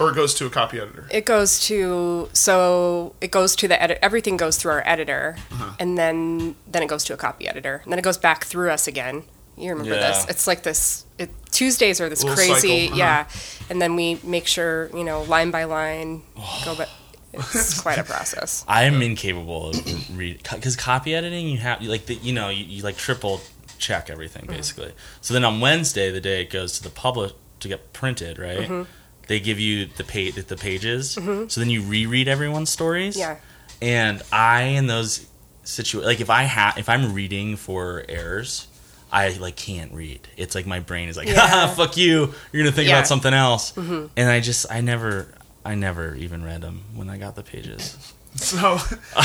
or it goes to a copy editor.
it goes to so it goes to the edit. Everything goes through our editor,
Uh-huh.
and then then it goes to a copy editor, and then it goes back through us again. You remember this?
Yeah.
It's like this. It, Tuesdays are this
Little
crazy,
cycle, uh-huh.
yeah. And then we make sure you know line by line
Oh.
go, but it's quite a process.
I am incapable of read because copy editing. You have you like the, you know you, you like triple check everything
Mm-hmm.
basically. So then on Wednesday, the day it goes to the public to get printed, right?
Mm-hmm.
They give you the page the pages. So then you reread everyone's stories.
Yeah.
And I in those situ like if I ha if I'm reading for errors. I like can't read. It's like my brain is like,
Yeah.
"Haha, fuck you. You're gonna think
Yeah. Mm-hmm.
about something else. And I just, I never, I never even read them when I got the pages.
So,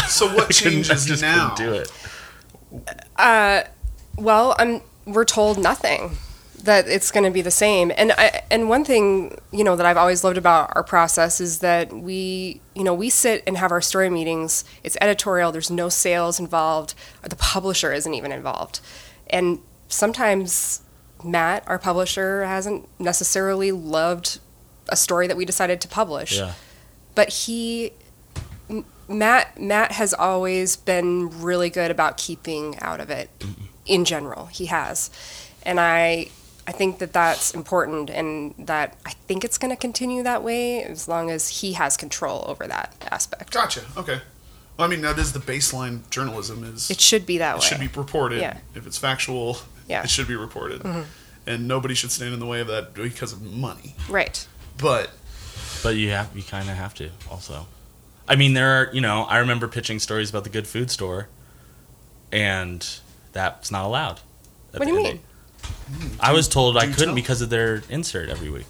so what
Couldn't- I
changes
just couldn't
now?
Do it.
Uh, Well, I'm we're told nothing that it's going to be the same. And I and one thing, you know, that I've always loved about our process is that we, you know, we sit and have our story meetings. It's editorial, there's no sales involved. The publisher isn't even involved. And sometimes Matt, our publisher, hasn't necessarily loved a story that we decided to publish
Yeah.
but he M- Matt Matt has always been really good about keeping out of it in general. He has. And I I think that that's important and that I think it's going to continue that way as long as he has control over that aspect.
Gotcha. Okay. Well, I mean, that is the baseline journalism is
It should be that way.
it should be reported.
Yeah.
If it's factual,
Yeah. Mm-hmm.
it should be reported. And nobody should stand in the way of that because of money.
right.
But
But you have you kind of have to also. I mean, there are you know I remember pitching stories about the good food store, and that's not allowed. at
What do
the
you
ending. I was told I
do
couldn't
tell.
because of their insert every week.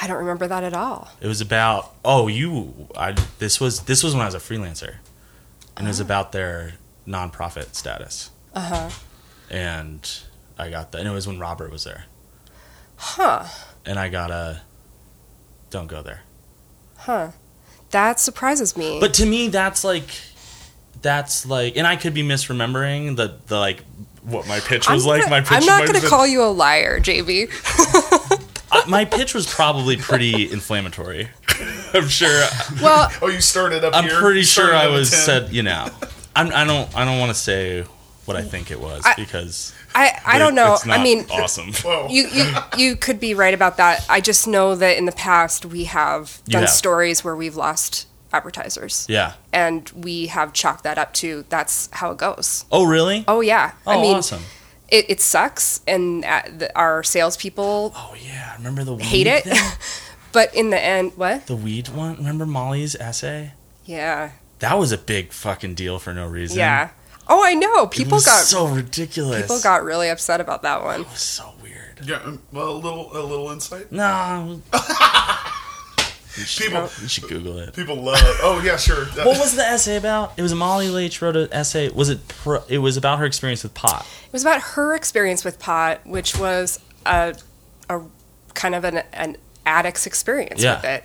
I don't remember that at all.
It was about oh you I this was this was when I was a freelancer, and it
Ah.
was about their nonprofit status.
Uh-huh.
Uh huh. And I got that, and it was when Robert was there.
Huh.
and I got a don't go there.
Huh. That surprises me.
But to me, that's like that's like, and I could be misremembering the the like what my pitch was
I'm
like.
gonna-
my pitch.
I'm
might
not going
have
to
been-
call you a liar, JB.
I- my pitch was probably pretty inflammatory. I'm sure.
Well,
Oh, you started up
I'm
here.
pretty
You
sure
started
I
up at
was
10.
said. You know, I'm, I don't. I don't want to say what I think it was because
I, I don't know.
It's not
I mean,
awesome.
Whoa.
you, you you could be right about that. I just know that in the past we have
You
done
have.
stories where we've lost advertisers,
yeah.
and we have chalked that up to that's how it goes.
Oh really?
Oh yeah,
Oh,
I mean,
awesome.
it, it sucks, and uh, the, our salespeople
Oh yeah. Remember the weed
hate it.
thing?
but in the end, what?
The weed one. Remember Molly's essay?
Yeah,
That was a big fucking deal for no reason.
yeah. Oh, I know.
It
People
was
got
so ridiculous.
people got really upset about that one.
It was so weird.
Yeah, um, well, a little, a little insight.
No. you should,
People-
you should Google it.
People love. Oh yeah, sure. That-
What was the essay about? It was Molly Leach wrote an essay. Was it? Pro, it was about her experience with pot.
It was about her experience with pot, which was a, a kind of an, an addict's experience
Yeah.
with it.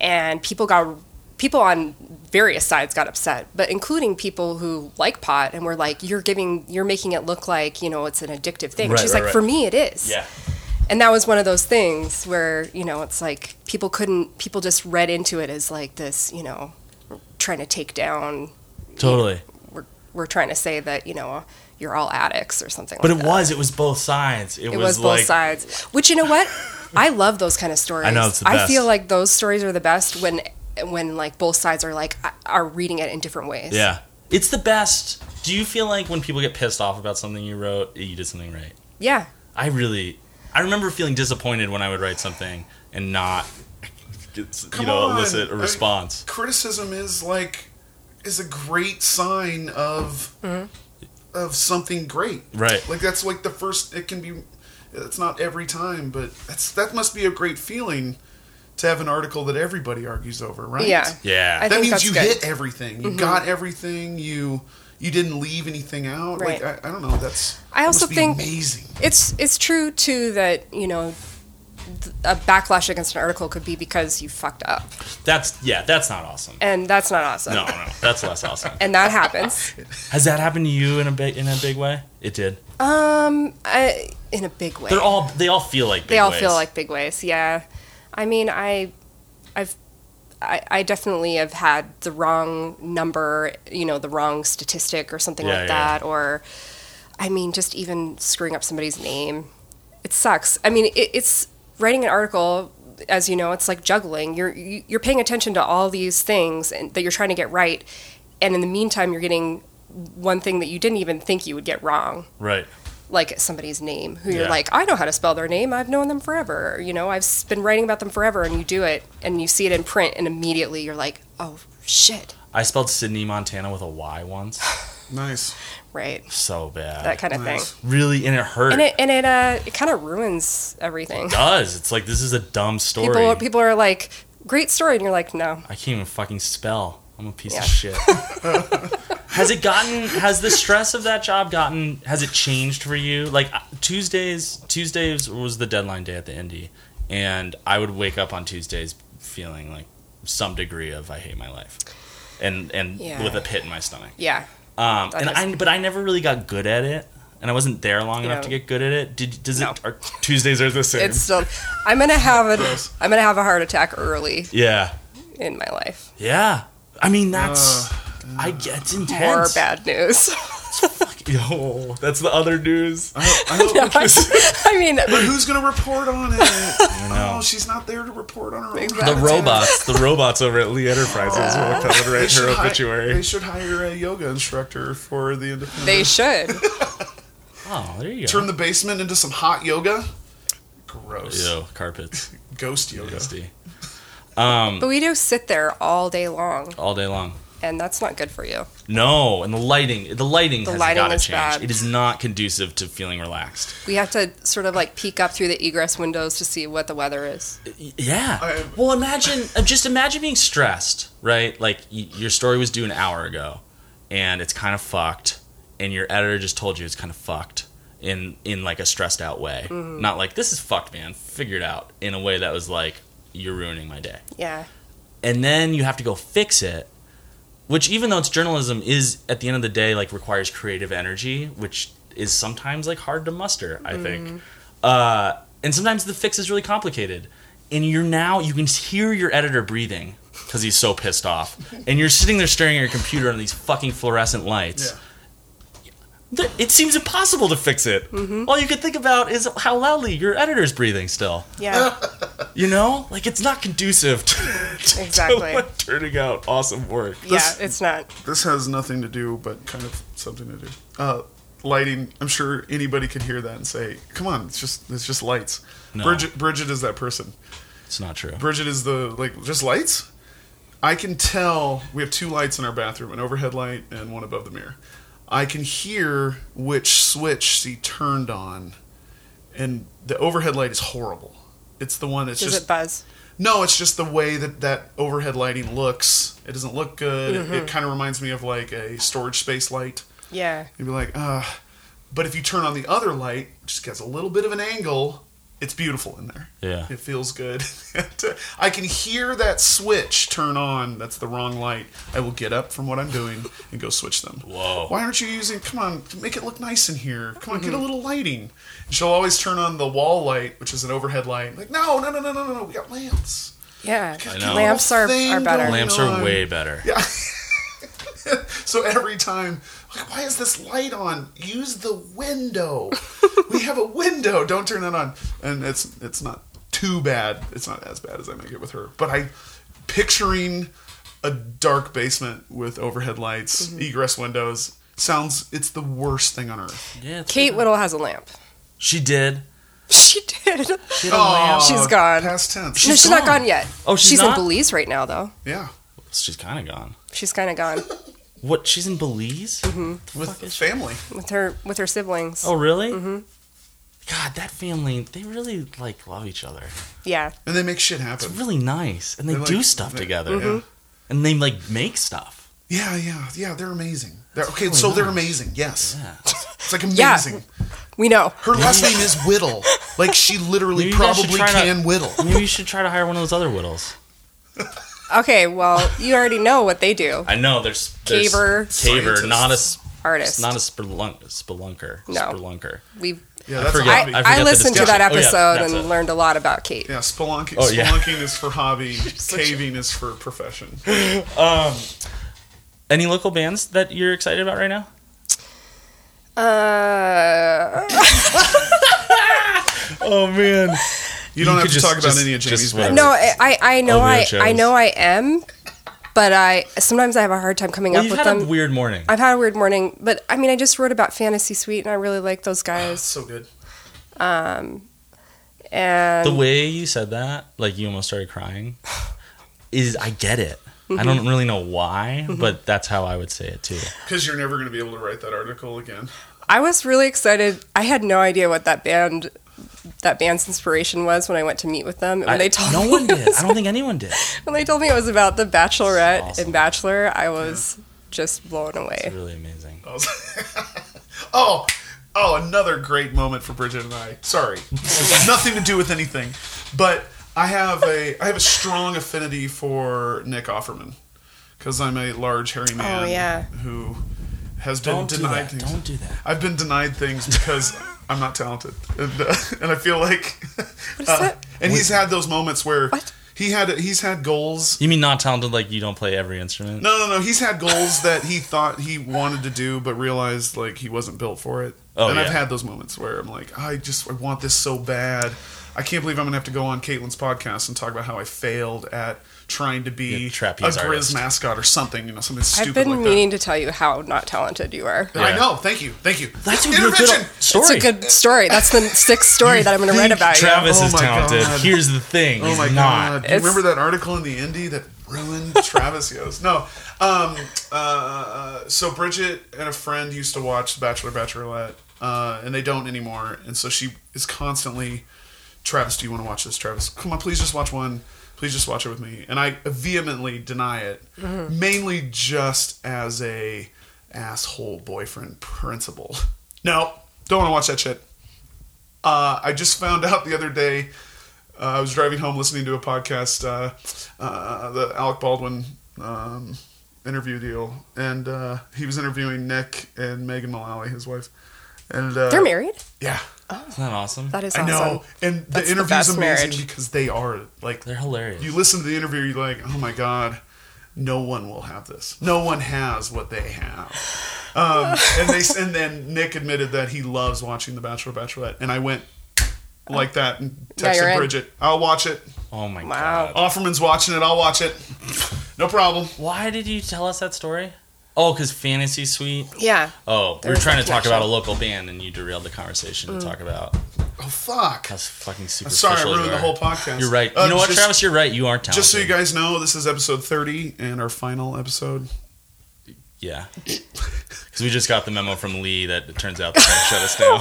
And people got people on various sides got upset, but including people who like pot and were like, "You're giving, you're making it look like you know it's an addictive thing."
Right,
She's
right,
like,
right.
"For me, it is." And that was one of those things where you know it's like people couldn't, people just read into it as like this, you know, trying to take down.
totally.
We're we're trying to say that you know you're all addicts or something.
But
like
it
that.
was. It was both sides. It, was,
It was, both
like
sides. Which you know what? I love those kind of stories.
I know, it's the
I feel
best.
like those stories are the best when when like both sides are like are reading it in different ways.
yeah. It's the best. Do you feel like when people get pissed off about something you wrote, you did something right?
Yeah.
I really, I remember feeling disappointed when I would write something and not, get, you
Come
know,
on.
elicit
I
a
mean-
response.
criticism is like is a great sign of of something great.
Mm-hmm. Right.
Like that's like the first. It can be. It's not every time, but that's that must be a great feeling to have an article that everybody argues over, right?
Yeah.
Yeah.
I
that
think
means
that's
you
good. Mm-hmm.
hit everything. You got everything. You you didn't leave anything out.
Right.
Like I, I don't know. That's
I
that
also
must be
think-
amazing.
It's it's true too that, you know, th- a backlash against an article could be because you fucked up.
that's yeah. That's not awesome.
And that's not awesome.
No, no, that's less awesome.
And that happens.
Has that happened to you in a big in a big way? It did.
um I, in a big way.
They're all they all feel like big
they all feel
ways.
like big ways yeah i mean i i've I, I definitely have had the wrong number you know the wrong statistic or something
Yeah,
like
yeah.
that or i mean just even screwing up somebody's name it sucks i mean it, it's writing an article as you know it's like juggling you're you- you're paying attention to all these things and, that you're trying to get right and in the meantime you're getting one thing that you didn't even think you would get wrong
right.
like somebody's name who you're
Yeah.
like i know how to spell their name i've known them forever you know i've s- been writing about them forever and you do it and you see it in print and immediately you're like oh shit
I spelled Sydney Montana with a Y once.
Nice.
right
So bad.
that kind of
Nice.
thing
really, and it hurt.
and it and it uh it kind of ruins everything
does. It's like this is a dumb story.
people people are like great story and you're like no
I can't even fucking spell. I'm a piece
Yeah.
of shit. has it gotten? Has the stress of that job gotten? Has it changed for you? Like uh, Tuesdays. Tuesdays was the deadline day at the Indy, and I would wake up on Tuesdays feeling like some degree of I hate my life, and and
Yeah.
with a pit in my stomach.
yeah
Um,
That
and
is-
I, but I never really got good at it, and I wasn't there long
You
enough
know.
to get good at it. Did does
No.
it? Are, Tuesdays are the same.
it's still i'm gonna have a
Gross.
i'm gonna have a heart attack early
yeah,
in my life
yeah. I mean that's I get it's
more
intense.
bad news
Yo, that's the other news.
I hope, I hope
i mean
But who's gonna report on it?
know.
Oh, she's not there to report on her own.
Exactly.
The
Advertise.
robots, the robots over at Lee Enterprises will come and write
hi-
her
they
obituary.
should hire a yoga instructor for the independent.
they should
Oh, there you go.
Turn the basement into some hot yoga. Gross.
Yo, carpets,
Ghost yoga.
nasty,
but we do sit there all day long
all day long.
and that's not good for you.
No, and the lighting, the lighting
The
has
lighting
got to
is
change.
bad.
It is not conducive to feeling relaxed.
We have to sort of like peek up through the egress windows to see what the weather is.
Yeah.
I-
well, imagine uh, just imagine being stressed, right? Like y- your story was due an hour ago, and it's kind of fucked, and your editor just told you it's kind of fucked, in in like a stressed out way. Not like this is fucked, man. Figure it out in a way that was like you're ruining my day.
Yeah.
And then you have to go fix it, which even though it's journalism is at the end of the day like requires creative energy, which is sometimes like hard to muster, I think. Uh and sometimes the fix is really complicated. And you're now you can hear your editor breathing cuz he's so pissed off. And you're sitting there staring at your computer under these fucking fluorescent lights
Yeah.
th- it seems impossible to fix it. All you could think about is how loudly your editor's breathing still.
Yeah.
You know? Like, it's not conducive to, to
Exactly.
like, turning out awesome work.
yeah. It's not.
This has nothing to do, but kind of something to do. Uh, lighting. I'm sure anybody could hear that and say, "Come on, it's just it's just lights."
No.
Bridget, Bridget is that person.
It's not true.
Bridget is the like just lights. I can tell we have two lights in our bathroom, an overhead light and one above the mirror. I can hear which switch she turned on, and the overhead light is horrible. It's the one that's
Does
just
it buzz?
no, it's just the way that that overhead lighting looks. It doesn't look good. It- It, kind of reminds me of like a storage space light.
Yeah.
You'd be like, ah. But if you turn on the other light, it just gets a little bit of an angle. It's beautiful in there.
Yeah.
It feels good. I can hear that switch turn on. That's the wrong light. I will get up from what I'm doing and go switch them.
Whoa.
Why aren't you using? Come on, make it look nice in here. Come on, get a little lighting. And she'll always turn on the wall light, which is an overhead light. Like, no, no, no, no, no, no, no. We got lamps.
Yeah.
I know.
Lamps are,
Thing
are better.
going
Lamps
on.
are way better.
Yeah. so every time, like, why is this light on? Use the window. we have a window. Don't turn that on. And it's it's not too bad. It's not as bad as I make it with her. But I picturing a dark basement with overhead lights, egress windows. Sounds it's the worst thing on earth.
Yeah, it's-
Kate Whittle has a lamp.
She did.
She did.
She had a lamp. Oh,
She's gone.
Past tense.
no,
She's
she's not
gone.
gone yet.
Oh, she's
in
not?
Belize right now, though.
Yeah.
She's kind of gone.
She's kind of gone
What? She's in Belize?
Mm-hmm. With
fuck is she?
family.
with her with her siblings.
Oh, really? Mm-hmm. God, that family, they really, like, love each other.
Yeah,
And they make shit happen.
It's really nice. And they
They're like-
do stuff
they-
together.
Mhm.
And they, like, make stuff.
Yeah, yeah, yeah. They're amazing. They're, okay,
really
so they're
nice.
amazing. Yes,
Yeah.
it's like
Yeah.
amazing.
we know.
Her last name is Whittle. Like she literally
Maybe you guys should
probably
try to-
can whittle.
Maybe you should try to hire one of those other whittles.
Okay, well, you already know what they do.
I know there's, there's
Caver.
caver, not a s-
Artist.
not a spelunk, spelunker,
No.
spelunker.
We've.
Yeah,
I
that's
forget.
a
I,
hobby.
I forget
I
the
listened to that
discussion. Oh, yeah,
episode
that's
and
it.
learned a lot about Kate.
yeah, spelunking.
Oh, yeah.
Spelunking is for hobby.
such a-
Caving is for profession.
Any local bands that you're excited about right now?
Uh,
Oh man,
You don't have to talk about any of Jamie's bands.
no, I I- I know
All the
I
other
I
shows.
know I am, but I sometimes I have a hard time coming
Well,
up
you've
with
had
them.
a weird morning.
I've had a weird morning, but I mean, I just wrote about Fantasy Suite, and I really like those
That's
guys.
so good.
And
the way you said that, like you almost started crying, is I get it. I
Mm-hmm.
don't really know why, but that's how I would say it too.
Because you're never going to be able to write that article again.
I was really excited. I had no idea what that band, that band's inspiration was when I went to meet with them. And when
I-
they told
no
me,
one did. I don't think anyone did.
when they told me it was about the Bachelorette
Awesome.
and Bachelor, I was just blown
It's
away.
really amazing.
I was- oh, oh, another great moment for Bridget and I. Sorry, nothing to do with anything, but I have a I have a strong affinity for Nick Offerman because I'm a large hairy man
Oh, yeah.
who has been
Don't do
denied
that.
things.
Don't do that.
I've been denied things because I'm not talented, and, uh, and I feel like. uh,
is that?
And he's had those moments where
What?
he had he's had goals
You mean not talented? Like you don't play every instrument?
no, no, no. He's had goals that he thought he wanted to do, but realized like he wasn't built for it.
Oh,
and I've
yeah.
had those moments where I'm like, I just I want this so bad. I can't believe I'm gonna have to go on Caitlin's podcast and talk about how I failed at trying to be
Yeah,
a
trapeze
Grizz
artist.
mascot or something. You know, something
I've
stupid
been
like
meaning to tell you how not talented you are.
that. I
Yeah.
know. Thank you. Thank you.
That's a real
intervention.
good story.
It's a good story. That's the sixth story that I'm going to write
think
about you.
Travis
Oh
is
my
talented.
God.
Here's the thing.
Oh
he's
my
not.
god! Do you
It's-
remember that article in the Indie that ruined Travis Yost? No. Um, uh, so Bridget and a friend used to watch Bachelor Bachelorette, uh, and they don't anymore. And so she is constantly, Travis, do you want to watch this? Travis, come on, please just watch one. Please just watch it with me. And I vehemently deny it,
Mm-hmm.
mainly just as a asshole boyfriend principle. No, Don't want to watch that shit. Uh, I just found out the other day. Uh, I was driving home listening to a podcast, uh, uh, the Alec Baldwin um, interview deal, and uh, he was interviewing Nick and Megan Mullally, his wife. And uh,
They're married.
Yeah,
Isn't that awesome?
That is
I
awesome.
know. And the
That's the
interview's
best
amazing
marriage.
because they are like
They're hilarious.
you listen to the interview, you're like, oh my god, no one will have this. No one has what they have. Um, and they and then Nick admitted that he loves watching The Bachelor Bachelorette, and I went like that and
Yeah, you're
texted
in.
Bridget, "I'll watch it.
oh my
Wow.
god.
Offerman's watching it. I'll watch it. No problem."
Why did you tell us that story? Oh, because Fantasy Suite.
Yeah.
Oh, we were
There's
trying
a
to talk
connection. Mm.
about a local band, and you derailed the conversation to talk about
Oh fuck!
how fucking
I'm
superficial.
sorry, I
you
ruined the
are.
whole podcast.
You're right.
Uh,
you know what,
just-
Travis? You're right. You are talented.
Just so you guys know, this is episode 30 and our final episode.
Yeah. Because we just got the memo from Lee that it turns out they're going to shut us down.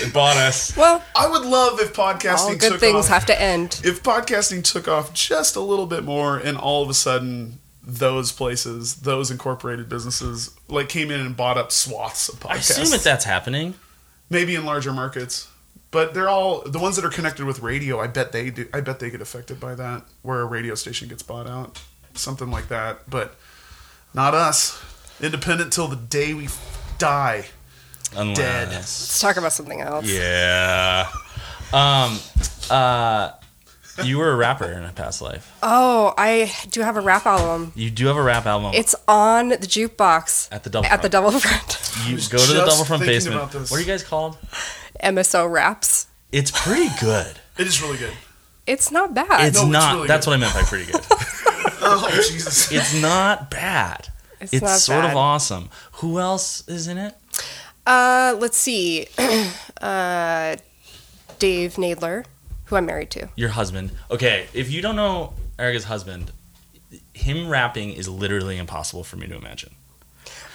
it bought us.
Well,
I would love if podcasting
all
took
good things
off.
have to end.
if podcasting took off just a little bit more and all of a sudden those places those incorporated businesses like came in and bought up swaths of podcasts
I assume that that's happening.
maybe in larger markets but they're all the ones that are connected with radio i bet they do i bet they get affected by that where a radio station gets bought out something like that but not us independent till the day we f- die
Unless.
Let's talk about something else.
Yeah. Um. Uh. You were a rapper in a past life.
Oh, I do have a rap album.
You do have a rap album.
It's on the jukebox
at the double.
at the
Front.
double front.
You
was
go to the
just
double front
thinking
basement.
about this.
What are you guys called?
MSO raps.
It's pretty good.
it is really good
It's not bad.
It's
know, it's
not.
really
that's
good.
what I meant by pretty good.
oh jesus
it's not bad.
It's
It's,
not
sort
bad.
of awesome. Who else is in it?
Uh, let's see. uh, Dave Nadler, who I'm married to.
Your husband. Okay, if you don't know Erica's husband, him rapping is literally impossible for me to imagine.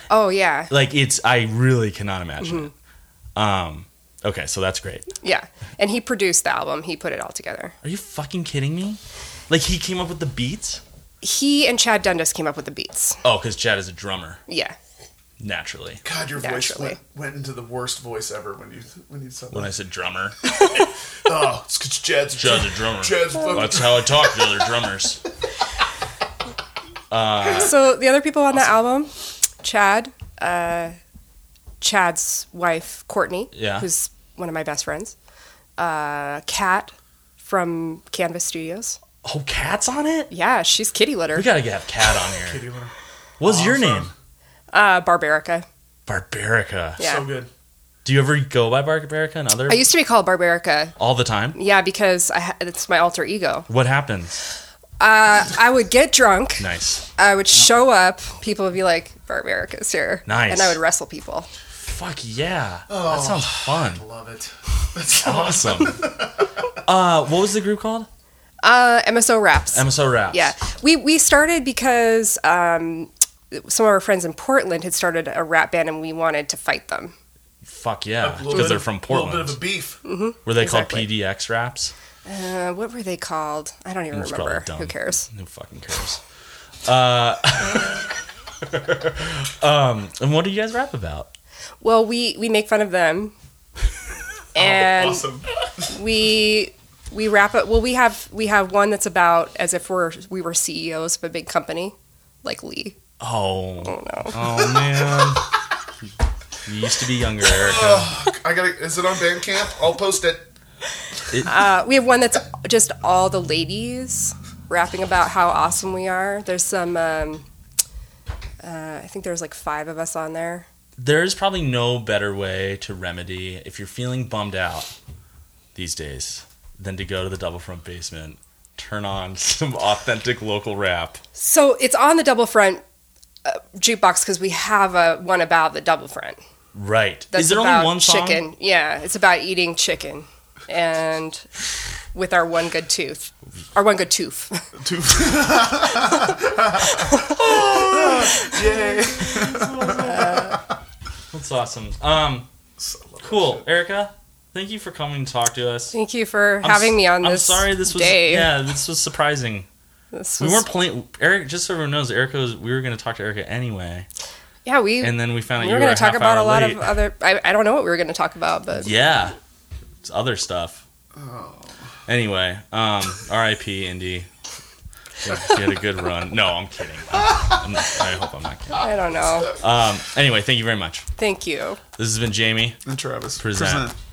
Oh yeah,
Like it's, I really cannot imagine
Mm-hmm.
it. Um. Okay, so that's great.
yeah. And he produced the album. He put it all together.
Are you fucking kidding me? Like he came up with the beats?
He and Chad Dundas came up with the beats.
Oh, because Chad is a drummer
Yeah.
naturally.
god your voice
Naturally.
went, went into the worst voice ever when you when you said that
When I said drummer,
Oh, it's 'cause Chad's a
Chad's a drummer.
Chad's
Oh.
a fucking-
That's how I talk to other drummers.
So the other people on that album, Chad, uh, Chad's wife Courtney,
Yeah.
who's one of my best friends, uh, Kat from Canvas Studios.
Oh, cat's on it.
Yeah, she's kitty litter.
We gotta have cat on here.
Kitty litter.
What's your
Awesome.
name?
Uh, Barbarica.
Barbarica.
Yeah.
So good.
Do you ever go by Barbarica and other
I used to be called Barbarica.
all the time?
Yeah, because I ha- it's my alter ego.
What happens?
Uh, I would get drunk.
Nice.
I would show up. People would be like, "Barbarica's here,"
Nice.
and I would wrestle people.
Fuck yeah.
Oh.
that sounds fun.
Love it.
Awesome. uh, what was the group called?
Uh, MSO raps.
MSO Raps.
yeah, we we started because um, some of our friends in Portland had started a rap band, and we wanted to fight them.
Fuck
A
yeah.
little bit
Because they're
of-
from
A little bit
Portland.
of a beef.
Were they
Exactly.
called PDX Raps?
Uh, what were they called? I don't even
It's probably
remember.
dumb.
Who cares?
Who fucking cares? Uh, um, and what do you guys rap about?
Well, we we make fun of them,
Oh,
and
awesome.
we we wrap up. Well, we have we have one that's about as if we're we were CEOs of a big company, like Lee.
Oh,
Oh no.
oh man. You used to be younger,
Oh.
Erica.
I got. to Is it on Bandcamp? I'll post it.
Uh, we have one that's just all the ladies rapping about how awesome we are. There's some, um, uh, I think there's like five of us on there.
There's probably no better way to remedy if you're feeling bummed out these days than to go to the double front basement, turn on some authentic local rap.
So it's on the double front uh, jukebox because we have a one about the double front.
Right.
That's
Is there
about
only one song?
chicken. Yeah, it's about eating chicken and with our one good tooth, our one good tooth.
Two. Yay.
That's awesome. Um,
So love that
cool,
shit.
Erica. Thank you for coming to talk to us.
Thank you for
I'm
having
s-
me on this.
I'm sorry this was
day.
yeah, this was surprising.
This
We
was-
weren't playing Eric just so everyone knows Erica was we were going to talk to Erica anyway.
Yeah, we
and then we found out
we
you
were
were
going
going
to talk about a lot
late.
of uh, other. I, I don't know what we were going to talk about, but
yeah, it's other stuff.
Oh.
Anyway, um, R.I.P. Indy. You had a good run. No, I'm kidding. I'm not- i hope I'm not kidding.
I don't know.
Um, anyway, thank you very much.
Thank you.
This has been Jamie.
And Travis.
Present.